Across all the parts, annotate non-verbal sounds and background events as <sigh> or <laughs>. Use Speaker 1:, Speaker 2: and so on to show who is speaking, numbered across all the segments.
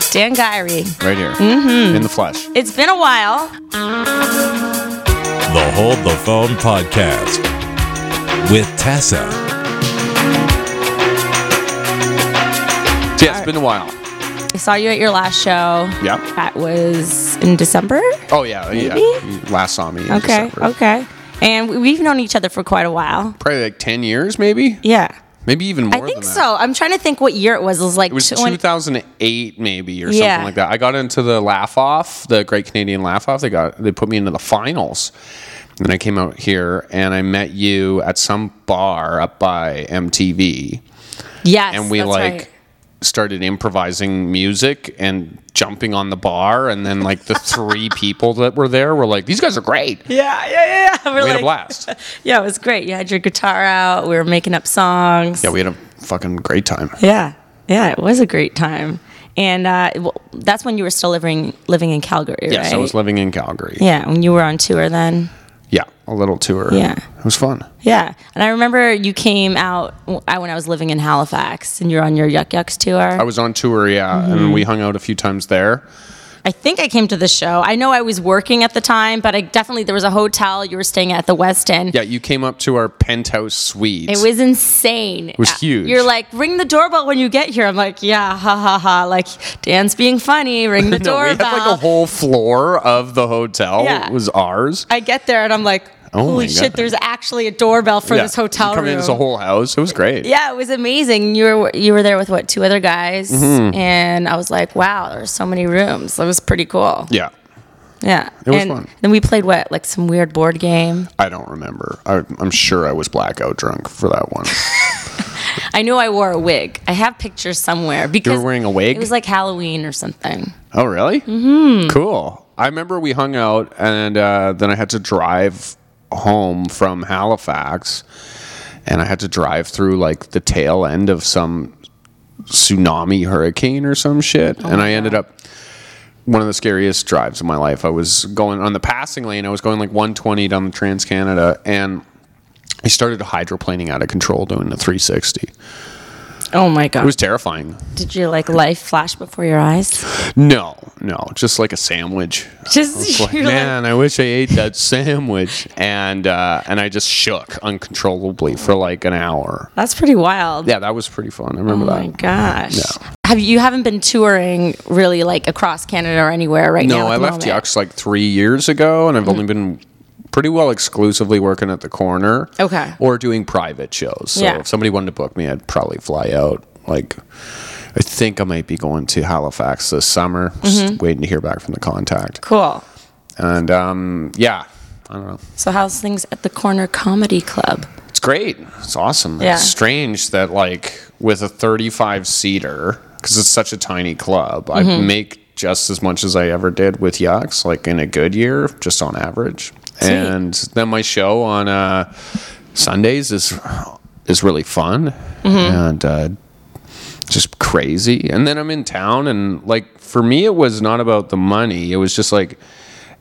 Speaker 1: Stan Gyrie.
Speaker 2: right here mm-hmm. in the flesh.
Speaker 1: It's been a while.
Speaker 3: The Hold the Phone Podcast with Tessa.
Speaker 2: So yeah, it's been a while.
Speaker 1: I saw you at your last show.
Speaker 2: Yeah.
Speaker 1: That was in December.
Speaker 2: Oh yeah, yeah.
Speaker 1: Maybe?
Speaker 2: You last saw me. In
Speaker 1: Okay.
Speaker 2: December.
Speaker 1: Okay. And we- we've known each other for quite a while.
Speaker 2: Probably like ten years, maybe,
Speaker 1: Yeah.
Speaker 2: maybe even more.
Speaker 1: I think
Speaker 2: than that.
Speaker 1: so. I'm trying to think what year it was. It was like
Speaker 2: It was
Speaker 1: 20
Speaker 2: 2008, maybe, or
Speaker 1: Yeah.
Speaker 2: something like that. I got into the Laugh Off, the Great Canadian Laugh Off. They got they put me into the finals, and I came out here and I met you at some bar up by MTV,
Speaker 1: yes.
Speaker 2: and we
Speaker 1: that's
Speaker 2: like
Speaker 1: right.
Speaker 2: started improvising music and jumping on the bar, and then like
Speaker 1: <laughs>
Speaker 2: the three people that were there were like, "These guys are great."
Speaker 1: Yeah, yeah, yeah. yeah. We're
Speaker 2: We
Speaker 1: like-
Speaker 2: had a
Speaker 1: <laughs>
Speaker 2: blast.
Speaker 1: Yeah, it was great. You had your guitar out. We were making up songs.
Speaker 2: Yeah, we had a fucking great time.
Speaker 1: Yeah, yeah, it was a great time, and uh, well, that's when you were still living living in Calgary,
Speaker 2: Yes,
Speaker 1: right?
Speaker 2: I was living in Calgary. Yeah,
Speaker 1: yeah, when you were on tour then.
Speaker 2: a little tour.
Speaker 1: Yeah.
Speaker 2: it was fun.
Speaker 1: Yeah, and I remember you came out w- I- when I was living in Halifax, and you were on your Yuck Yucks tour.
Speaker 2: I
Speaker 1: I,
Speaker 2: was on tour, yeah,
Speaker 1: Mm-hmm.
Speaker 2: and we hung out a few times there.
Speaker 1: think I came to the show. I know I was working at the time, but I definitely there was a hotel you were staying at the West End.
Speaker 2: Yeah, you came up to our penthouse suite. <laughs>
Speaker 1: It was insane. It
Speaker 2: was huge.
Speaker 1: You're like, ring the doorbell when you get here. I'm like, yeah, ha ha ha. Like, Dan's being funny.
Speaker 2: <laughs>
Speaker 1: Ring the
Speaker 2: no, we
Speaker 1: doorbell.
Speaker 2: had like a whole floor of the hotel.
Speaker 1: Yeah.
Speaker 2: It was ours.
Speaker 1: I get there and I'm like,
Speaker 2: Oh my
Speaker 1: holy shit,
Speaker 2: God.
Speaker 1: there's actually a doorbell for
Speaker 2: Yeah,
Speaker 1: this hotel
Speaker 2: you come
Speaker 1: room.
Speaker 2: in as a whole house. It was great.
Speaker 1: yeah, it was amazing. You were you were there with what two other guys,
Speaker 2: Mm-hmm.
Speaker 1: and I was like, wow, there's so many rooms. That was pretty cool.
Speaker 2: Yeah.
Speaker 1: Yeah,
Speaker 2: It was
Speaker 1: and
Speaker 2: fun.
Speaker 1: Then we played what like some weird board game.
Speaker 2: I don't remember. I, I'm sure I was blackout drunk for that one.
Speaker 1: I knew I wore a wig. I have pictures somewhere because
Speaker 2: wearing a wig?
Speaker 1: It was like Halloween or something.
Speaker 2: <laughs> oh, really? Mm-hmm. Cool. I remember we hung out, and uh, then I had to drive home from Halifax, and I had to drive through like the tail end of some tsunami hurricane or some shit, and I ended up one of the scariest drives of my life. I was going on the passing lane. I was going like 120 down the Trans Canada, and I started hydroplaning out of control doing the 360.
Speaker 1: Oh my god!
Speaker 2: It was terrifying.
Speaker 1: Did your like life flash before your
Speaker 2: <laughs>
Speaker 1: eyes? <laughs>
Speaker 2: No, no, just like a sandwich.
Speaker 1: Just <laughs>
Speaker 2: Like,
Speaker 1: you're like,
Speaker 2: man, I wish I ate that sandwich. And uh, and I just shook uncontrollably for like an hour.
Speaker 1: that's pretty wild.
Speaker 2: Yeah, that was pretty fun. I remember
Speaker 1: Oh
Speaker 2: that.
Speaker 1: my gosh. Have you haven't been touring really like across Canada or anywhere right now?
Speaker 2: No,
Speaker 1: at
Speaker 2: I
Speaker 1: the
Speaker 2: left
Speaker 1: moment?
Speaker 2: Yucks like three years ago, and I've only
Speaker 1: Mm-hmm.
Speaker 2: been pretty well exclusively working at the corner.
Speaker 1: Okay.
Speaker 2: Or doing private shows. So
Speaker 1: Yeah.
Speaker 2: if somebody wanted to book me, I'd probably fly out. Like, I think I might be going to Halifax this summer.
Speaker 1: Mm-hmm.
Speaker 2: Just waiting to hear back from the contact.
Speaker 1: Cool.
Speaker 2: And um, yeah, I don't know.
Speaker 1: So how's things at the Corner Comedy Club?
Speaker 2: It's great. It's awesome.
Speaker 1: Yeah.
Speaker 2: It's strange that like with a 35 seater cuz it's such a tiny club, I make just as much as I ever did with Yucks like in a good year just on average. And then my show on uh Sundays is is really fun and uh just crazy. And then I'm in town and like for me it was not about the money. It was just like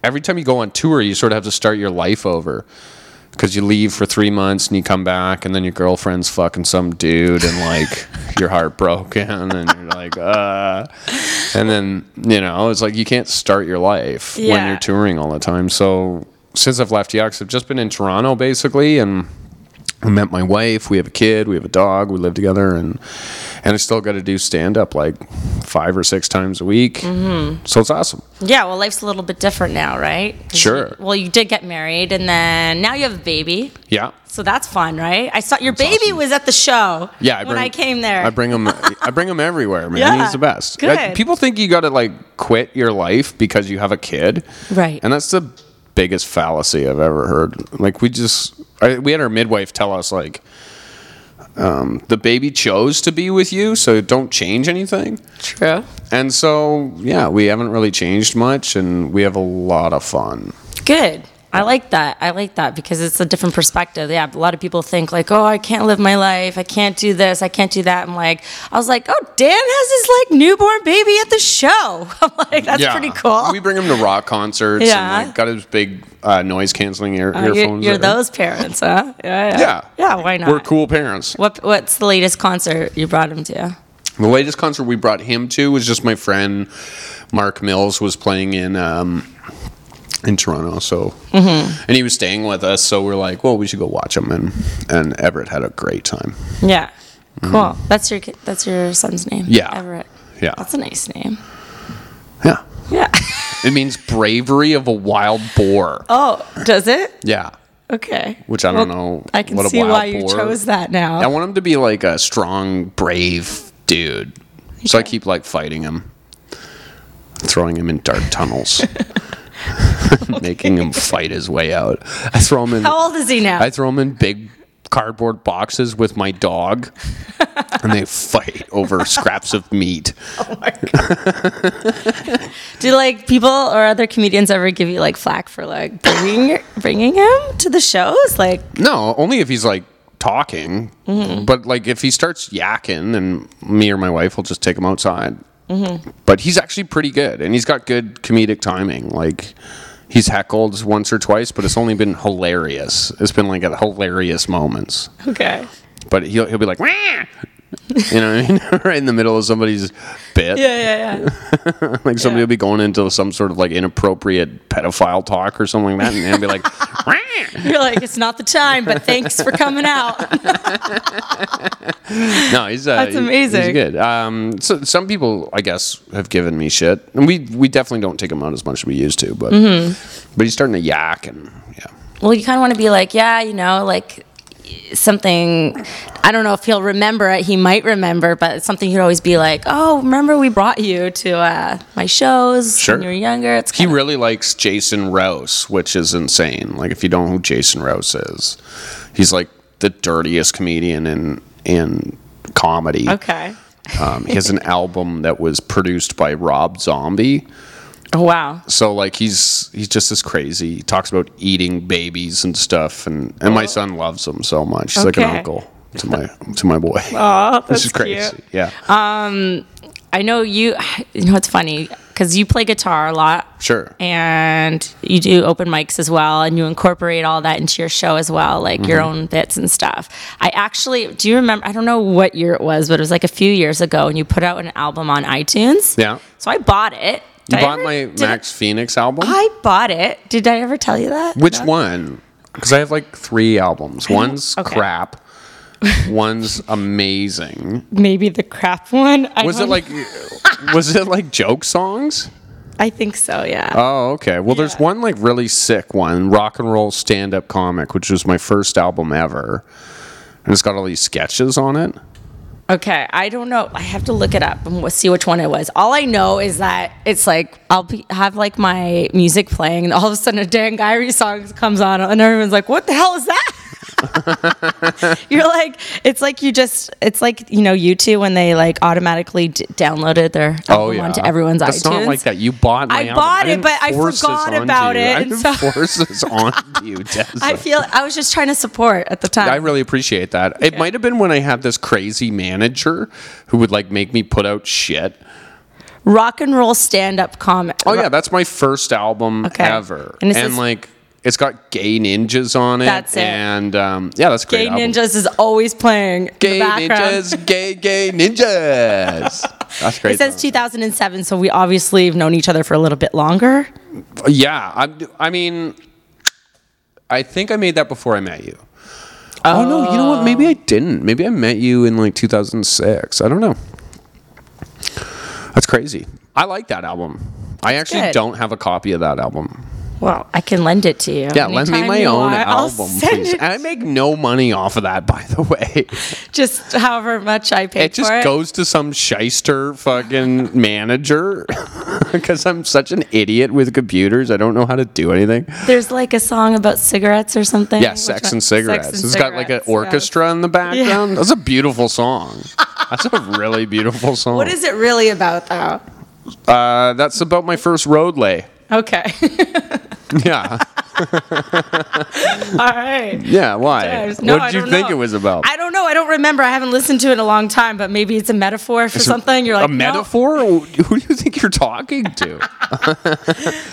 Speaker 2: every time you go on tour, you sort of have to start your life over because you leave for three months and you come back and then your girlfriend's fucking some dude and like you're heartbroken and you're like uh and then you know it's like you can't start your life when
Speaker 1: Yeah.
Speaker 2: you're touring all the time so since i've left yax i've just been in toronto basically and I met my wife. We have a kid. We have a dog. We live together, and and I still got to do stand up like five or six times a week. Mm-hmm. So it's awesome.
Speaker 1: Yeah, well, life's a little bit different now, right?
Speaker 2: Sure.
Speaker 1: Well, you did get married, and then now you have a baby,
Speaker 2: Yeah.
Speaker 1: so that's fun, right? I saw your baby was at the show.
Speaker 2: Yeah,
Speaker 1: when I came there.
Speaker 2: I bring him. I bring him everywhere, man.
Speaker 1: Yeah,
Speaker 2: He's the best. Like,
Speaker 1: good.
Speaker 2: people think you got to like quit your life because you have a kid,
Speaker 1: Right.
Speaker 2: And that's the biggest fallacy I've ever heard. Like we just, I, we had our midwife tell us like, um, the baby chose to be with you, so don't change anything.
Speaker 1: True.
Speaker 2: And so, yeah, we haven't really changed much, and we have a lot of fun.
Speaker 1: Good. I like that. I like that because it's a different perspective. Yeah, a lot of people think like, "Oh, I can't live my life. I can't do this. I can't do that." I'm like, I was like, "Oh, Dan has his like newborn baby at the show." <laughs> I'm like, "That's pretty cool."
Speaker 2: We bring him to rock concerts.
Speaker 1: Yeah.
Speaker 2: and like got his big uh, noise canceling ear-
Speaker 1: Uh, <laughs> you're,
Speaker 2: earphones.
Speaker 1: you're
Speaker 2: there.
Speaker 1: those parents, huh? Yeah,
Speaker 2: Yeah.
Speaker 1: yeah. Why not?
Speaker 2: We're cool parents.
Speaker 1: What What's the latest concert you brought him to?
Speaker 2: The latest concert we brought him to was just my friend Mark Mills was playing in um, in Toronto, so
Speaker 1: Mm-hmm.
Speaker 2: and he was staying with us, so we're like, well, we should go watch him, and and Everett had a great time.
Speaker 1: Yeah. Cool. That's your ki- that's your son's name.
Speaker 2: Yeah.
Speaker 1: Everett.
Speaker 2: Yeah.
Speaker 1: That's a nice name.
Speaker 2: Yeah,
Speaker 1: Yeah.
Speaker 2: it means bravery of a wild boar.
Speaker 1: <laughs> oh, does it?
Speaker 2: Yeah,
Speaker 1: Okay.
Speaker 2: which I don't know.
Speaker 1: I can
Speaker 2: what a
Speaker 1: see
Speaker 2: wild
Speaker 1: why you
Speaker 2: boar-
Speaker 1: chose that now.
Speaker 2: I want him to be like a strong, brave dude. So I keep like fighting him, throwing him in dark tunnels, <laughs> making him fight his way out. I throw him in.
Speaker 1: How old is he now?
Speaker 2: I throw him in big cardboard boxes with my dog, and they fight over scraps of meat.
Speaker 1: Do like people or other comedians ever give you like flack for like bringing bringing him to the shows? Like,
Speaker 2: No, only if he's like talking.
Speaker 1: Mm-hmm.
Speaker 2: But like if he starts yakking, then me or my wife will just take him outside.
Speaker 1: Mm-hmm.
Speaker 2: But he's actually pretty good, and he's got good comedic timing. Like he's heckled once or twice, but it's only been hilarious. It's been like at hilarious moments.
Speaker 1: okay,
Speaker 2: But he'll he'll be like, Wah! you know, what I mean? <laughs> right in the middle of somebody's bit.
Speaker 1: yeah, yeah, yeah.
Speaker 2: Like somebody
Speaker 1: Yeah.
Speaker 2: will be going into some sort of like inappropriate pedophile talk or something like that, and they'll
Speaker 1: <laughs>
Speaker 2: be like, "Wah!"
Speaker 1: You're like, it's not the time, but thanks for coming out.
Speaker 2: No, he's uh,
Speaker 1: That's
Speaker 2: he- he's
Speaker 1: amazing.
Speaker 2: good. Um, so some people, I guess, have given me shit, and we we definitely don't take him out as much as we used to. But
Speaker 1: Mm-hmm.
Speaker 2: but he's starting to yak, and yeah,
Speaker 1: Well, you kind of want to be like, yeah, you know, like something. I don't know if he'll remember it. He might remember, but it's something you'd always be like, oh, remember we brought you to uh, my shows
Speaker 2: Sure.
Speaker 1: when you were younger. It's
Speaker 2: he
Speaker 1: kind
Speaker 2: really likes Jason Rouse, which is insane. Like if you don't know who Jason Rouse is, he's like the dirtiest comedian in in comedy.
Speaker 1: okay.
Speaker 2: Um, he has an album that was produced by Rob Zombie.
Speaker 1: Oh wow.
Speaker 2: so like he's he's just this crazy. He talks about eating babies and stuff, and and my son loves him so much. He's like
Speaker 1: Oh. Okay.
Speaker 2: an uncle to my to my boy.
Speaker 1: Oh,
Speaker 2: This is crazy. Yeah,
Speaker 1: Uh, I know you. <sighs> You know it's funny because you play guitar a lot.
Speaker 2: sure.
Speaker 1: and you do open mics as well and you incorporate all that into your show as well like your
Speaker 2: Mm-hmm.
Speaker 1: own bits and stuff i actually do you remember i don't know what year it was but it was like a few years ago and you put out an album on itunes
Speaker 2: Yeah.
Speaker 1: so i bought it
Speaker 2: You
Speaker 1: Did I
Speaker 2: bought
Speaker 1: ever-
Speaker 2: my
Speaker 1: did I-
Speaker 2: Max Phoenix album.
Speaker 1: I, bought it did i ever tell you that
Speaker 2: Which one? Because I have like three albums. One's
Speaker 1: okay. <laughs>
Speaker 2: crap. One's amazing.
Speaker 1: maybe the crap one I
Speaker 2: Was it
Speaker 1: don't- <laughs>
Speaker 2: like was it like joke songs?
Speaker 1: i think so yeah
Speaker 2: Oh, okay. Well, there's one like really sick one, rock and roll stand up comic, which was my first album ever, and it's got all these sketches on it.
Speaker 1: Okay, I don't know. I have to look it up and we'll see which one it was. All I know is that it's like I'll be, have like my music playing, and all of a sudden a Dan Gyrie song comes on, and everyone's like, "What the hell is that?" <laughs> You're like, it's like you just, it's like you know, you two when they like automatically d- downloaded their album Oh, onto everyone's
Speaker 2: Oh, That's
Speaker 1: iTunes.
Speaker 2: not like that. You bought. My
Speaker 1: I
Speaker 2: album.
Speaker 1: bought it,
Speaker 2: didn't
Speaker 1: but I
Speaker 2: force this
Speaker 1: forgot
Speaker 2: onto
Speaker 1: about
Speaker 2: you.
Speaker 1: it,
Speaker 2: I
Speaker 1: and
Speaker 2: didn't
Speaker 1: so-
Speaker 2: force
Speaker 1: <laughs>
Speaker 2: this on you, Tessa.
Speaker 1: I feel I was just trying to support at the time.
Speaker 2: I really appreciate that. It might have been when I had this crazy manager who would like make me put out shit.
Speaker 1: Rock and roll stand up comic.
Speaker 2: Oh yeah, that's my first album
Speaker 1: Okay.
Speaker 2: ever,
Speaker 1: And
Speaker 2: and,
Speaker 1: this is-
Speaker 2: like it's got Gay Ninjas on it.
Speaker 1: That's it.
Speaker 2: And um, yeah, that's a great.
Speaker 1: Gay
Speaker 2: album.
Speaker 1: Ninjas is always playing. in the
Speaker 2: Gay
Speaker 1: background.
Speaker 2: ninjas, gay gay
Speaker 1: <laughs>
Speaker 2: ninjas. That's crazy.
Speaker 1: It says 2007, so we obviously have known each other for a little bit longer.
Speaker 2: yeah, I, I mean, I think I made that before I met you. Oh. no, you know what? Maybe I didn't. Maybe I met you in like 2006. I don't know. That's crazy. I like that album. I actually
Speaker 1: good.
Speaker 2: don't have a copy of that album.
Speaker 1: Well, I can lend it to you.
Speaker 2: Yeah, lend me
Speaker 1: anytime
Speaker 2: my
Speaker 1: you
Speaker 2: own
Speaker 1: want. I'll
Speaker 2: album,
Speaker 1: send
Speaker 2: please.
Speaker 1: it-
Speaker 2: And I make no money off of that, by the <laughs> way.
Speaker 1: just however much I paid
Speaker 2: It just
Speaker 1: for it.
Speaker 2: goes to some shyster fucking manager <laughs> because I'm such an idiot with computers. I don't know how to
Speaker 1: <laughs>
Speaker 2: do anything.
Speaker 1: There's like a song about cigarettes or something.
Speaker 2: Yeah,
Speaker 1: Which
Speaker 2: sex
Speaker 1: one-
Speaker 2: and cigarettes.
Speaker 1: Sex
Speaker 2: It's
Speaker 1: and
Speaker 2: got like an
Speaker 1: Cigarettes, yeah.
Speaker 2: orchestra in the background. That's a beautiful song.
Speaker 1: <laughs>
Speaker 2: That's a really beautiful song.
Speaker 1: What is it really about, though?
Speaker 2: uh, that's about my first road lay. <laughs>
Speaker 1: Okay. <laughs>
Speaker 2: Yeah,
Speaker 1: All right.
Speaker 2: yeah. Why?
Speaker 1: No,
Speaker 2: what
Speaker 1: I
Speaker 2: did you
Speaker 1: don't
Speaker 2: think
Speaker 1: know.
Speaker 2: it was about?
Speaker 1: I don't know. I I don't remember. I haven't listened to it in a long time, but maybe it's a metaphor for
Speaker 2: It's a-
Speaker 1: something. You're like,
Speaker 2: a
Speaker 1: "No,
Speaker 2: metaphor? Who do you think you're talking to?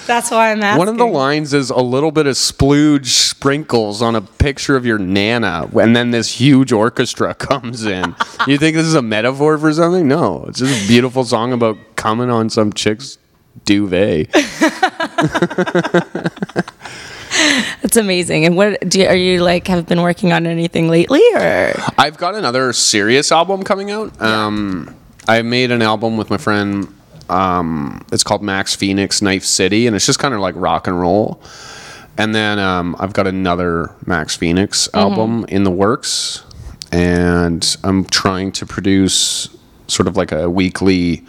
Speaker 1: that's why I'm asking.
Speaker 2: One of the lines is a little bit of splooge sprinkles on a picture of your nana, and then this huge orchestra <laughs> comes in. you think this is a metaphor for something? No, it's just a beautiful song about coming on some chick's duvet.
Speaker 1: It's amazing. And what do you, are you like? Have been working on anything lately, or
Speaker 2: I've got another serious album coming out. Um, I made an album with my friend. Um, it's called Max Phoenix Knife City, and it's just kind of like rock and roll. And then um, I've got another Max Phoenix album in the works, and I'm trying to produce sort of like a weekly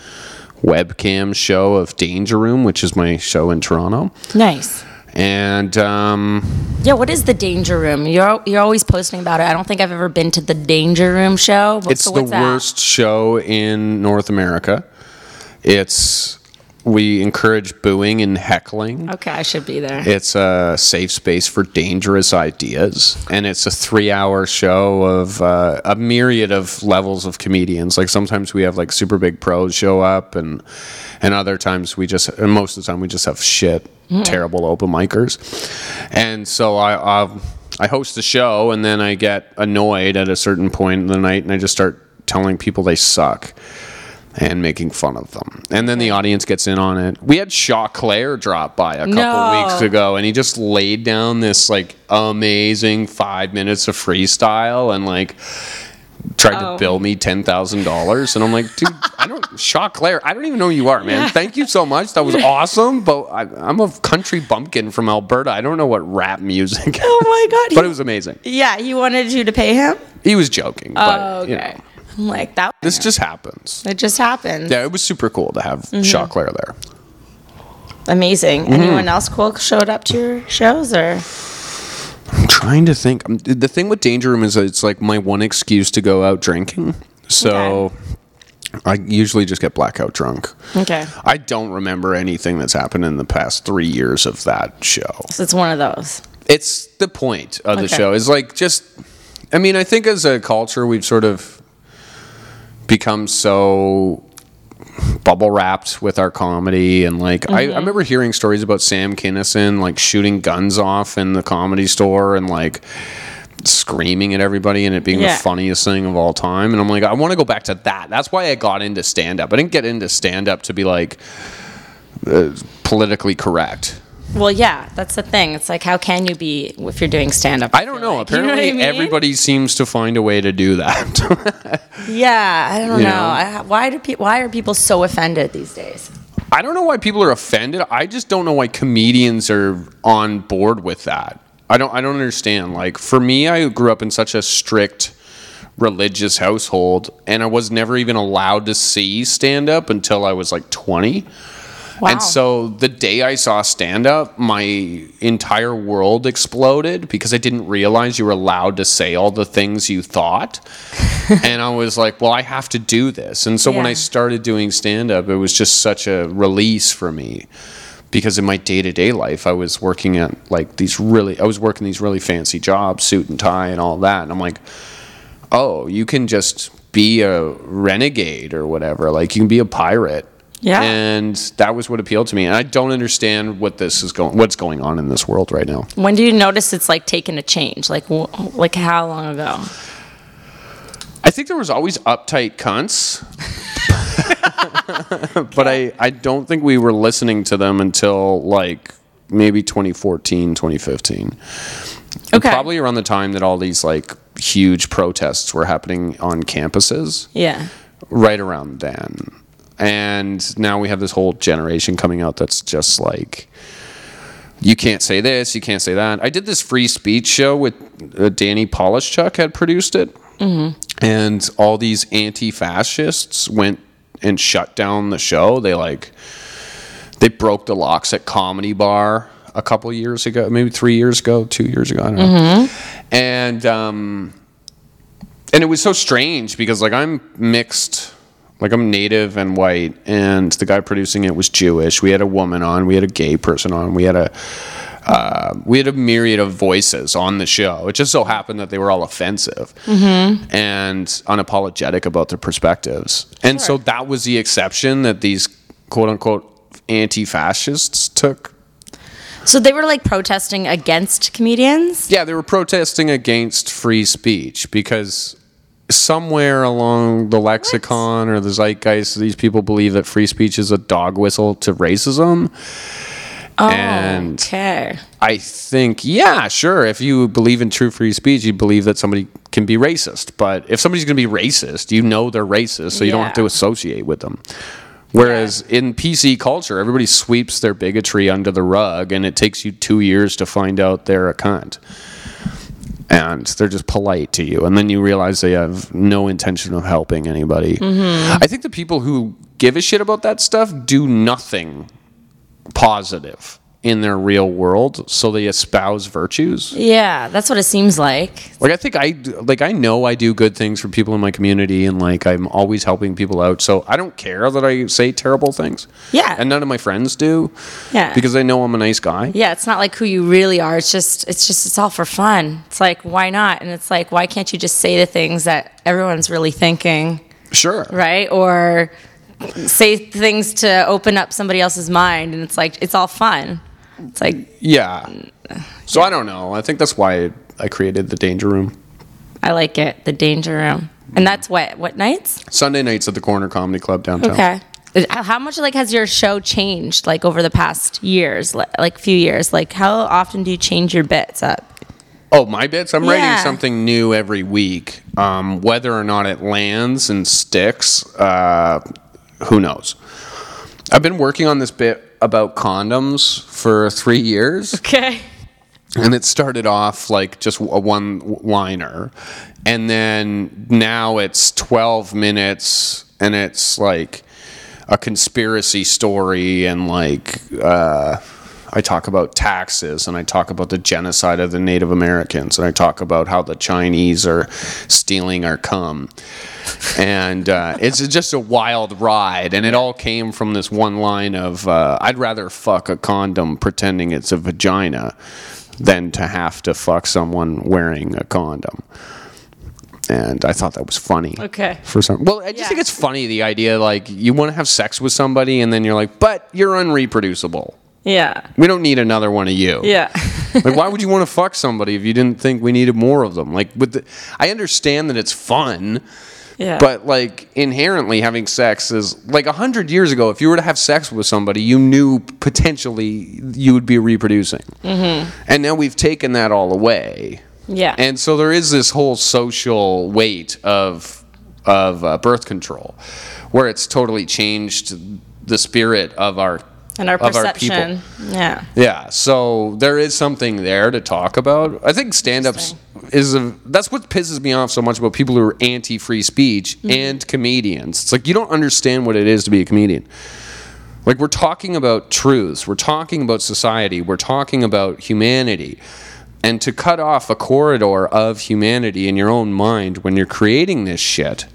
Speaker 2: webcam show of Danger Room, which is my show in Toronto.
Speaker 1: nice?
Speaker 2: And um,
Speaker 1: Yeah. What is the Danger Room? You're al- you're always posting about it. I don't think I've ever been to the Danger Room show. What-
Speaker 2: it's
Speaker 1: so
Speaker 2: the
Speaker 1: what's that?
Speaker 2: worst show in North America. It's we encourage booing and heckling.
Speaker 1: Okay, I should be there.
Speaker 2: It's a safe space for dangerous ideas, and it's a three-hour show of uh, a myriad of levels of comedians. Like sometimes we have like super big pros show up, and and other times we just, and most of the time we just have shit, terrible open micers. And so I i I host the show, and then I get annoyed at a certain point in the night, and I just start telling people they suck and making fun of them. And then the audience gets in on it. We had Shaw Claire drop by a couple
Speaker 1: No.
Speaker 2: weeks ago and he just laid down this like amazing 5 minutes of freestyle and like tried
Speaker 1: Oh.
Speaker 2: to bill me $10,000 and I'm like, "Dude,
Speaker 1: <laughs>
Speaker 2: I don't Shaw Claire, I don't even know who you are, man. Thank you so much. That was awesome, but I, I'm a country bumpkin from Alberta. I don't know what rap music.
Speaker 1: oh
Speaker 2: <laughs>
Speaker 1: my god.
Speaker 2: but
Speaker 1: he-
Speaker 2: it was amazing.
Speaker 1: yeah, he wanted you to pay him.
Speaker 2: He was joking, but
Speaker 1: Oh,
Speaker 2: Uh, you
Speaker 1: okay.
Speaker 2: know,
Speaker 1: I'm like that.
Speaker 2: this just happens.
Speaker 1: It just happened.
Speaker 2: Yeah, it was super cool to have
Speaker 1: Mm-hmm.
Speaker 2: Shaw Claire there.
Speaker 1: Amazing.
Speaker 2: Mm-hmm.
Speaker 1: Anyone else cool showed up to your shows or?
Speaker 2: I'm trying to think. Um, The thing with Danger Room is that it's like my one excuse to go out drinking. So I usually just get blackout drunk.
Speaker 1: Okay.
Speaker 2: I don't remember anything that's happened in the past three years of that show.
Speaker 1: So it's one of those.
Speaker 2: It's the point of the
Speaker 1: Okay.
Speaker 2: show. It's like just, I mean, I think as a culture, we've sort of become so bubble wrapped with our comedy and like I,
Speaker 1: Mm-hmm.
Speaker 2: I remember hearing stories about sam kinnison like shooting guns off in the comedy store and like screaming at everybody and it being
Speaker 1: Yeah.
Speaker 2: the funniest thing of all time and i'm like i want to go back to that that's why i got into stand up i didn't get into stand up to be like uh, politically correct
Speaker 1: Well, yeah, that's the thing. It's like, how can you be if you're doing stand up?
Speaker 2: I don't
Speaker 1: <laughs>
Speaker 2: know. <laughs> Apparently, everybody seems to find a way to do that. <laughs>
Speaker 1: Yeah, I don't
Speaker 2: You
Speaker 1: know.
Speaker 2: know?
Speaker 1: I, why do pe- why are people so offended these days?
Speaker 2: I don't know why people are offended. I just don't know why comedians are on board with that. I don't. I don't understand. Like for me, I grew up in such a strict religious household, and I was never even allowed to see stand up until I was like twenty.
Speaker 1: Wow.
Speaker 2: And so the day I saw stand up, my entire world exploded because I didn't realize you were allowed to say all the things you
Speaker 1: <laughs>
Speaker 2: thought. and I was like, well, I have to do this. And so when I
Speaker 1: Yeah.
Speaker 2: started doing stand up, it was just such a release for me because in my day to day life, I was working at like these really, I was working these really fancy jobs, suit and tie and all that. And I'm like, oh, you can just be a renegade or whatever. Like you can be a pirate.
Speaker 1: Yeah.
Speaker 2: And that was what appealed to me. And I don't understand what this is going what's going on in this world right now.
Speaker 1: when do you notice it's like taken a change? Like, w- like how long ago?
Speaker 2: I think there was always uptight cunts. <laughs> but I, I don't think we were listening to them until like maybe 2014, 2015. And
Speaker 1: Okay.
Speaker 2: Probably around the time that all these like huge protests were happening on campuses.
Speaker 1: Yeah.
Speaker 2: right around then. And now we have this whole generation coming out that's just like, you can't say this, you can't say that. I did this free speech show with uh, Danny Polishchuk had produced it, and all these anti-fascists went and shut down the show. They like, they broke the locks at Comedy Bar a couple years ago, maybe three years ago, two years ago, I don't know. And um, and it was so strange because like I'm mixed, like I'm native and white, and the guy producing it was Jewish. We had a woman on, we had a gay person on, we had a Uh, we had a myriad of voices on the show. It just so happened that they were all offensive and unapologetic about their perspectives. And so that was the exception that these quote unquote anti fascists took.
Speaker 1: So they were like protesting against comedians.
Speaker 2: Yeah, they were protesting against free speech because somewhere along the lexicon or the zeitgeist, these people believe that free speech is a dog whistle to racism.
Speaker 1: Oh.
Speaker 2: and
Speaker 1: Okay.
Speaker 2: I think, yeah, sure. If you believe in true free speech, you believe that somebody can be racist. But if somebody's going to be racist, you know they're racist, so you don't have
Speaker 1: Yeah.
Speaker 2: to associate with them. Whereas in PC culture, everybody sweeps their bigotry under the rug, and it takes you two years to find out they're a cunt. And they're just polite to you. And then you realize they have no intention of helping anybody. I think the people who give a shit about that stuff do nothing positive in their real world, so they espouse virtues.
Speaker 1: Yeah, that's what it seems like.
Speaker 2: Like I think I d- like I know I do good things for people in my community, and like I'm always helping people out. So I don't care that I say terrible things.
Speaker 1: Yeah.
Speaker 2: and none of my friends do.
Speaker 1: Yeah.
Speaker 2: because they know I'm a nice guy.
Speaker 1: Yeah, it's not like who you really are. It's just it's just it's all for fun. It's like why not? And it's like why can't you just say the things that everyone's really thinking,
Speaker 2: Sure.
Speaker 1: right? Or say things to open up somebody else's mind and it's like it's all fun. It's like
Speaker 2: Yeah. So I don't know. I think that's why I created the Danger Room.
Speaker 1: I like it, the danger room. And that's what what nights?
Speaker 2: Sunday nights at the Corner Comedy Club downtown.
Speaker 1: Okay. How much like has your show changed like over the past years, li- like few years? Like how often do you change your bits up?
Speaker 2: Oh, my bits. I'm writing
Speaker 1: Yeah.
Speaker 2: something new every week. Um, whether or not it lands and sticks, uh, who knows? I've been working on this bit about condoms for three years,
Speaker 1: Okay.
Speaker 2: and it started off like just a one liner, and then now it's 12 minutes, and it's like a conspiracy story, and like. Uh, I talk about taxes and I talk about the genocide of the Native Americans and I talk about how the Chinese are stealing our cum. And uh, it's just a wild ride. And it all came from this one line of uh, I'd rather fuck a condom pretending it's a vagina than to have to fuck someone wearing a condom. And I thought that was funny
Speaker 1: Okay.
Speaker 2: for some. Well, I just
Speaker 1: Yeah.
Speaker 2: think it's funny the idea like you want to have sex with somebody and then you're like, but you're unreproducible.
Speaker 1: Yeah.
Speaker 2: We don't need another one of you.
Speaker 1: Yeah.
Speaker 2: <laughs> like, why would you want to fuck somebody if you didn't think we needed more of them? Like, with the, I understand that it's fun,
Speaker 1: Yeah.
Speaker 2: but like inherently having sex is like a hundred years ago. If you were to have sex with somebody, you knew potentially you would be reproducing, and now we've taken that all away.
Speaker 1: Mm-hmm. yeah.
Speaker 2: And so there is this whole social weight of of uh, birth control, where it's totally changed the spirit of our
Speaker 1: <laughs> and our
Speaker 2: of our people.
Speaker 1: perception. yeah.
Speaker 2: Yeah, so there is something there to talk about. I think stand-ups is a, that's what pisses me off so much about people who are anti-free speech and comedians. It's like you don't understand what it is to be a comedian. Like we're talking about truths, we're talking about society, we're talking about humanity. And to cut off a corridor of humanity in your own mind when you're creating this shit,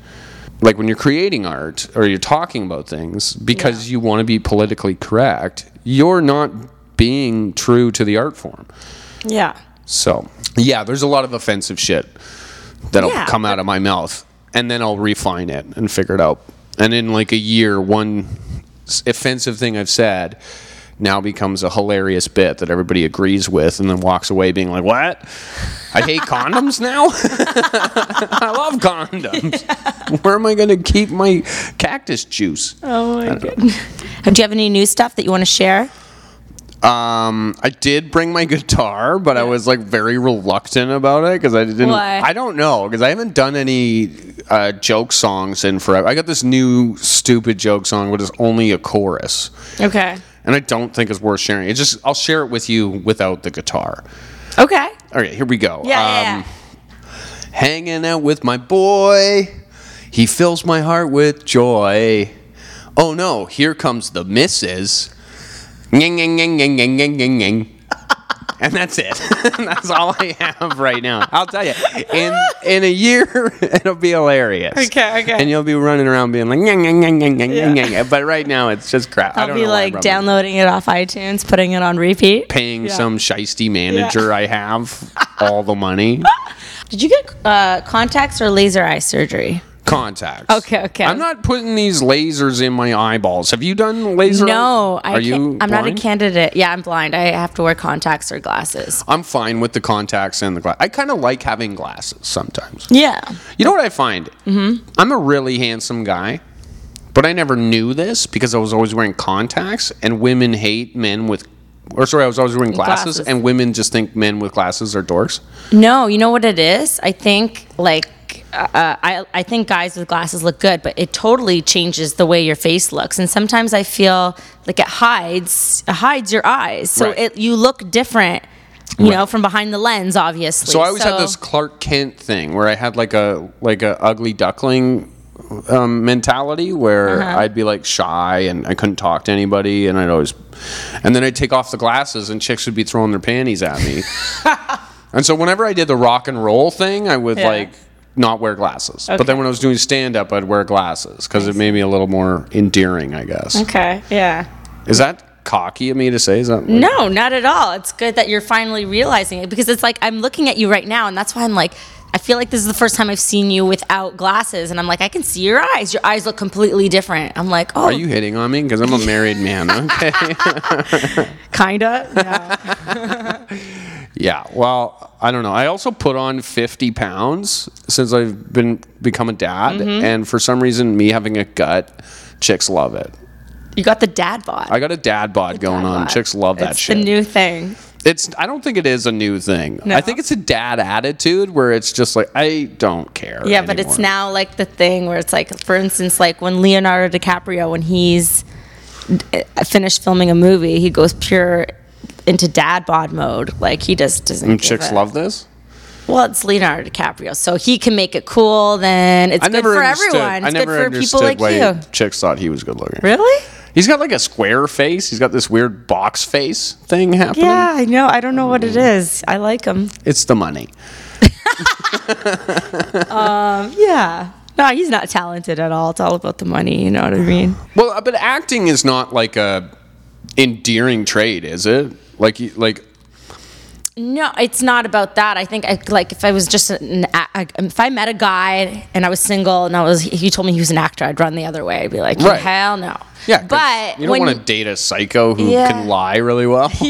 Speaker 2: like when you're creating art or you're talking about things because you want to be politically correct, you're not being true to the art form.
Speaker 1: Yeah.
Speaker 2: So, yeah, there's a lot of offensive shit that'll
Speaker 1: Yeah.
Speaker 2: come out of my mouth and then I'll refine it and figure it out. And in like a year, one s- offensive thing I've said now becomes a hilarious bit that everybody agrees with and then walks away being like, "What?
Speaker 1: <laughs>
Speaker 2: I hate condoms now? <laughs> I love condoms. Where am I going to keep my cactus juice?"
Speaker 1: Oh my goodness. <laughs> Do you have any new stuff that you want to share?
Speaker 2: Um, I did bring my <laughs> guitar, but I was like very reluctant about it because I didn't.
Speaker 1: Why?
Speaker 2: I don't know because I haven't done any uh, joke songs in forever. I got this new stupid joke song, which is only a chorus,
Speaker 1: Okay.
Speaker 2: and I don't think it's worth sharing. It's just I'll share it with you without the guitar.
Speaker 1: Okay.
Speaker 2: Okay, here we go. Um,
Speaker 1: Yeah, yeah, yeah.
Speaker 2: Hanging out with my boy, he fills my heart with joy. Oh no, here comes the missus. Nying, <laughs> nying, nying, nying, nying, nying, nying, nying. and that's it. <laughs> that's all I have right now. I'll tell you, in in a year, <laughs> it'll be hilarious.
Speaker 1: Okay, okay.
Speaker 2: And you'll be running around being like, nyang, nyang, nyang, nyang, nyang, nyang, nyang. but right now it's just crap. I
Speaker 1: I'll
Speaker 2: don't
Speaker 1: be
Speaker 2: know why
Speaker 1: like
Speaker 2: I'm
Speaker 1: downloading it off iTunes, putting it on repeat.
Speaker 2: paying some shisty manager I have all the money.
Speaker 1: <laughs> Did you get uh, contacts or laser eye surgery?
Speaker 2: Contacts.
Speaker 1: Okay, okay.
Speaker 2: I'm not putting these lasers in my eyeballs. Have you done laser?
Speaker 1: No, I
Speaker 2: Are
Speaker 1: can't,
Speaker 2: you?
Speaker 1: I'm not a
Speaker 2: blind?
Speaker 1: candidate. Yeah, I'm blind. I have to wear contacts or glasses.
Speaker 2: I'm fine with the contacts and the glass. I kind of like having glasses sometimes.
Speaker 1: Yeah.
Speaker 2: You know what I find? Mm-hmm. I'm a really handsome guy, but I never knew this because I was always wearing contacts, and women hate men with. Or sorry, I was always wearing glasses,
Speaker 1: Glasses.
Speaker 2: and women just think men with glasses are dorks.
Speaker 1: No, you know what it is? I think like uh, I I think guys with glasses look good, but it totally changes the way your face looks. And sometimes I feel like it hides it hides your eyes, so
Speaker 2: Right.
Speaker 1: it you look different. You know,
Speaker 2: Right.
Speaker 1: from behind the lens, obviously.
Speaker 2: So I always had this Clark Kent thing where I had like a like a ugly duckling um, mentality where
Speaker 1: Uh-huh.
Speaker 2: I'd be like shy and I couldn't talk to anybody and I'd always and then I'd take off the glasses and chicks would be throwing their panties at
Speaker 1: <laughs>
Speaker 2: me. and so whenever I did the rock and roll thing, I would
Speaker 1: Yeah.
Speaker 2: like not wear glasses. But then when I was doing stand up, I'd wear glasses because it made me a little more endearing, I guess.
Speaker 1: Okay. Yeah.
Speaker 2: Is that cocky of me to say? Is that like-
Speaker 1: No, not at all. It's good that you're finally realizing it because it's like I'm looking at you right now, and that's why I'm like, I feel like this is the first time I've seen you without glasses, and I'm like, I can see your eyes. Your eyes look completely different. I'm like, oh,
Speaker 2: Are you hitting on me? Because I'm a married man. Okay.
Speaker 1: kinda? No.
Speaker 2: Yeah, well, I don't know. I also put on 50 pounds since I've been become a dad,
Speaker 1: Mm-hmm.
Speaker 2: and for some reason, me having a gut, chicks love it.
Speaker 1: you got the dad bod.
Speaker 2: I got a dad bod going
Speaker 1: Dad
Speaker 2: on.
Speaker 1: bod.
Speaker 2: Chicks love that
Speaker 1: it's
Speaker 2: shit.
Speaker 1: The new thing.
Speaker 2: it's I don't think it is a new thing.
Speaker 1: No.
Speaker 2: I think it's a dad attitude where it's just like I don't care.
Speaker 1: Yeah, but it's
Speaker 2: anymore."
Speaker 1: now like the thing where it's like, for instance, like when Leonardo DiCaprio, when he's d- finished filming a movie, he goes pure into dad bod mode. Like he just doesn't.
Speaker 2: And
Speaker 1: give
Speaker 2: chicks
Speaker 1: a-
Speaker 2: love this.
Speaker 1: Well, it's Leonardo DiCaprio, so he can make it cool. Then it's
Speaker 2: I
Speaker 1: good
Speaker 2: never
Speaker 1: for
Speaker 2: understood.
Speaker 1: everyone.
Speaker 2: I
Speaker 1: It's
Speaker 2: never
Speaker 1: good for people
Speaker 2: understood
Speaker 1: like
Speaker 2: why
Speaker 1: you.
Speaker 2: chicks thought he was good looking.
Speaker 1: Really?
Speaker 2: He's got like a square face. He's got this weird box face thing happening.
Speaker 1: Yeah, I know. I don't know what it
Speaker 2: Mm-hmm.
Speaker 1: is. I like him.
Speaker 2: It's the money.
Speaker 1: Yeah. No, he's not talented at all. It's all about the money. You know what I mean?
Speaker 2: Well, uh, but acting is not like a endearing trait, is it? Like, you- like
Speaker 1: <sighs> No, it's not about that. I think I, like if I was just an, a- a- if I met a guy and I was single and I was he told me he was an actor, I'd run the other way. I'd be like,
Speaker 2: Right.
Speaker 1: hell no.
Speaker 2: yeah, 'cause
Speaker 1: but
Speaker 2: you don't
Speaker 1: when
Speaker 2: want to date a psycho who
Speaker 1: Yeah.
Speaker 2: can lie
Speaker 1: <laughs>
Speaker 2: really well. <laughs>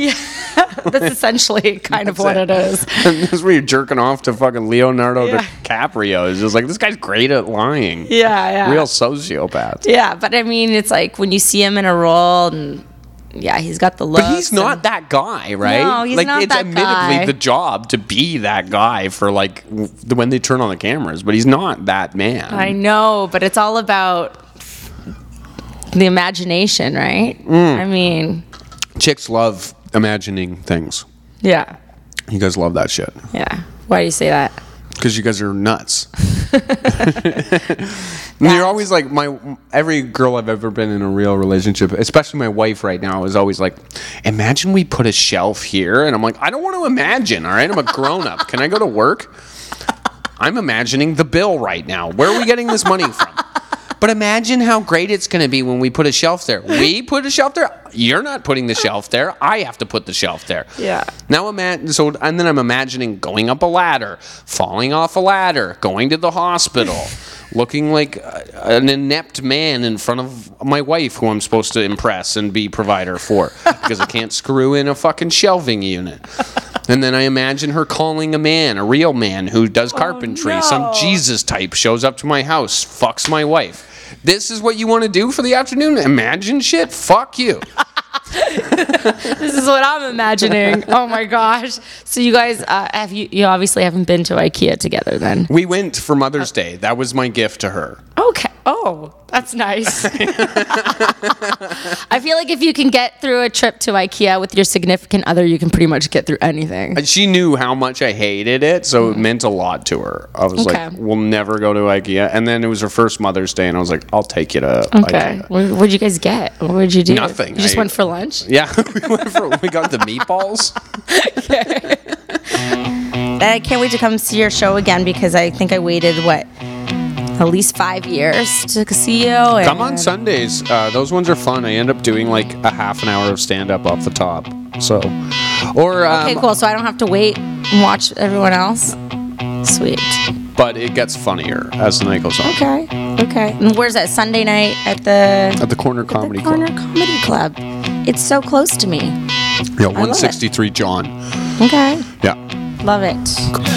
Speaker 1: that's essentially kind of what
Speaker 2: it.
Speaker 1: it
Speaker 2: <laughs>
Speaker 1: is.
Speaker 2: That's where you're jerking off to fucking Leonardo
Speaker 1: Yeah.
Speaker 2: DiCaprio. It's just like this guy's great at lying.
Speaker 1: Yeah, yeah.
Speaker 2: real sociopath.
Speaker 1: Yeah, but I mean, it's like when you see him in a role, and yeah, he's got the look.
Speaker 2: But he's not that guy, right?
Speaker 1: No, he's
Speaker 2: like
Speaker 1: not
Speaker 2: it's
Speaker 1: that
Speaker 2: admittedly
Speaker 1: guy.
Speaker 2: the job to be that guy for like w- when they turn on the cameras, but he's not that man.
Speaker 1: I know, but it's all about the imagination, right? I mean,
Speaker 2: Chicks love imagining things.
Speaker 1: yeah,
Speaker 2: You guys love that shit.
Speaker 1: yeah. Why do you say that?
Speaker 2: because you guys are nuts. And you're always like my every girl I've ever been in a real relationship, especially my wife right now, is always like, "Imagine we put a shelf here," and I'm like, "I don't want to imagine. All right, I'm a grown up. Can I go to work? I'm imagining the bill right now. Where are we getting this money from?" But imagine how great it's going to be when we put a shelf there. We put a shelf there. You're not putting the shelf there. I have to put the shelf there.
Speaker 1: Yeah.
Speaker 2: Now imagine so, and then I'm imagining going up a ladder, falling off a ladder, going to the hospital, looking like uh, an inept man in front of my wife, who I'm supposed to impress and be provider for, because I can't screw in a fucking shelving unit. And then I imagine her calling a man, a real man who does carpentry, some
Speaker 1: no.
Speaker 2: Jesus type, shows up to my house, fucks my wife. This is what you want to do for the afternoon? Imagine shit? Fuck you.
Speaker 1: This is what I'm imagining. oh my gosh! So you guys, uh, have you? You obviously haven't been to IKEA together, then?
Speaker 2: We went for Mother's Day. That was my gift to her.
Speaker 1: Okay.
Speaker 4: oh, that's nice.
Speaker 1: <laughs> I feel like if you can get through a trip to IKEA with your significant other, you can pretty much get through anything.
Speaker 2: And she knew how much I hated it, so it meant a lot to her. I was like,
Speaker 1: Okay.
Speaker 2: "We'll never go to IKEA." And then it was her first Mother's Day, and I was like, "I'll take you to
Speaker 4: okay.
Speaker 2: IKEA."
Speaker 4: What, what'd you guys get? What would you do?
Speaker 2: Nothing.
Speaker 1: You just
Speaker 2: I-
Speaker 1: went for lunch.
Speaker 2: Yeah, <laughs> we went for we got the meatballs.
Speaker 4: I can't wait to come see your show again because I think I waited what at least five years to see you. And
Speaker 2: Come on Sundays. Uh, those ones are fun. I end up doing like a half an hour of stand up off the top. So, or um,
Speaker 4: Okay, cool. So I don't have to wait and watch everyone else. Sweet.
Speaker 2: but it gets funnier as the night goes on.
Speaker 4: Okay. Okay. And where's that Sunday night at the,
Speaker 2: At the corner comedy
Speaker 4: the Corner
Speaker 2: club.
Speaker 4: Comedy Club? It's so close to me.
Speaker 2: Yeah, 163 John.
Speaker 4: Okay.
Speaker 2: Yeah.
Speaker 4: Love it.